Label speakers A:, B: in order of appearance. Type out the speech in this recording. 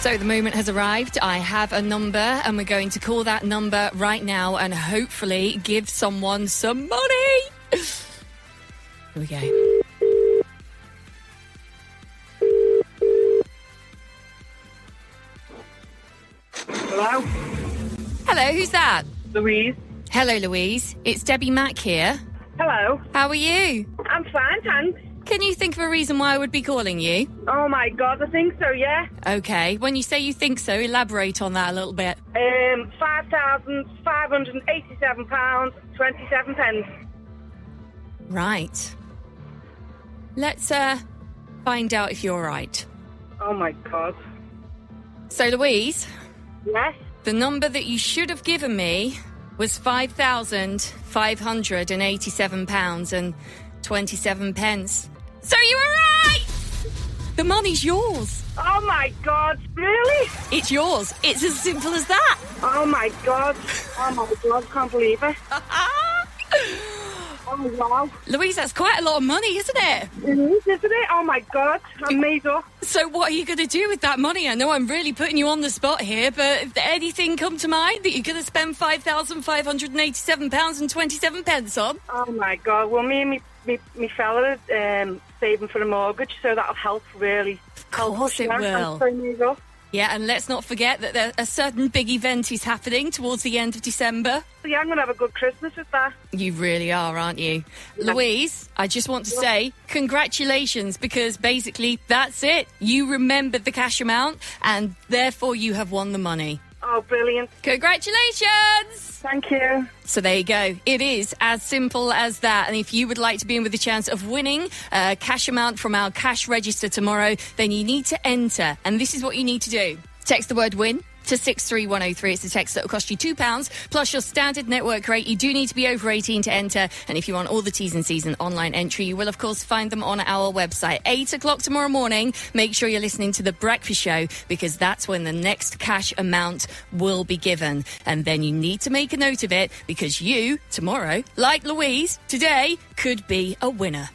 A: So the moment has arrived. I have a number, and we're going to call that number right now and hopefully give someone some money. Here we go.
B: Hello,
A: Hello, who's that?
B: Louise.
A: Hello, Louise. It's Debbie Mack here.
B: Hello,
A: How are you?
B: I'm fine, thanks.
A: Can you think of a reason why I would be calling you?
B: Oh my god, I think so. Yeah,
A: Okay, when you say you think so, elaborate on that a little bit.
B: um, five thousand five hundred eighty-seven pounds twenty-seven pence.
A: Right. Let's uh find out if you're right.
B: Oh my god.
A: So Louise,
B: Yes.
A: the number that you should have given me was five thousand five hundred and eighty-seven pounds and twenty-seven pence. So you were right! The money's yours.
B: Oh my god, really?
A: It's yours. It's as simple as that.
B: Oh my god. Oh my god, can't believe it. Oh wow,
A: Louise, that's quite a lot of money, isn't it?
B: it is, isn't it? Oh my god, I'm made up.
A: So, what are you going to do with that money? I know I'm really putting you on the spot here, but if anything come to mind that you're going to spend five thousand five hundred and eighty-seven pounds and twenty-seven pence on?
B: Oh my god. Well, me and me, me, me fella is um, saving for a mortgage, so that'll help really. Of
A: course it will.
B: I'm so made up.
A: Yeah, and let's not forget that there, a certain big event is happening towards the end of December.
B: Yeah, I'm gonna have a good Christmas with that.
A: You really are, aren't you? Louise, I just want to say congratulations because basically that's it. You remembered the cash amount and therefore you have won the money.
B: Oh, brilliant.
A: Congratulations!
B: Thank you.
A: So there you go. It is as simple as that. And if you would like to be in with the chance of winning a cash amount from our cash register tomorrow, then you need to enter. And this is what you need to do text the word win. To 63103. It's a text that will cost you £2 plus your standard network rate. You do need to be over 18 to enter. And if you want all the T's and C's and online entry, you will, of course, find them on our website. 8 o'clock tomorrow morning. Make sure you're listening to The Breakfast Show because that's when the next cash amount will be given. And then you need to make a note of it because you, tomorrow, like Louise, today could be a winner.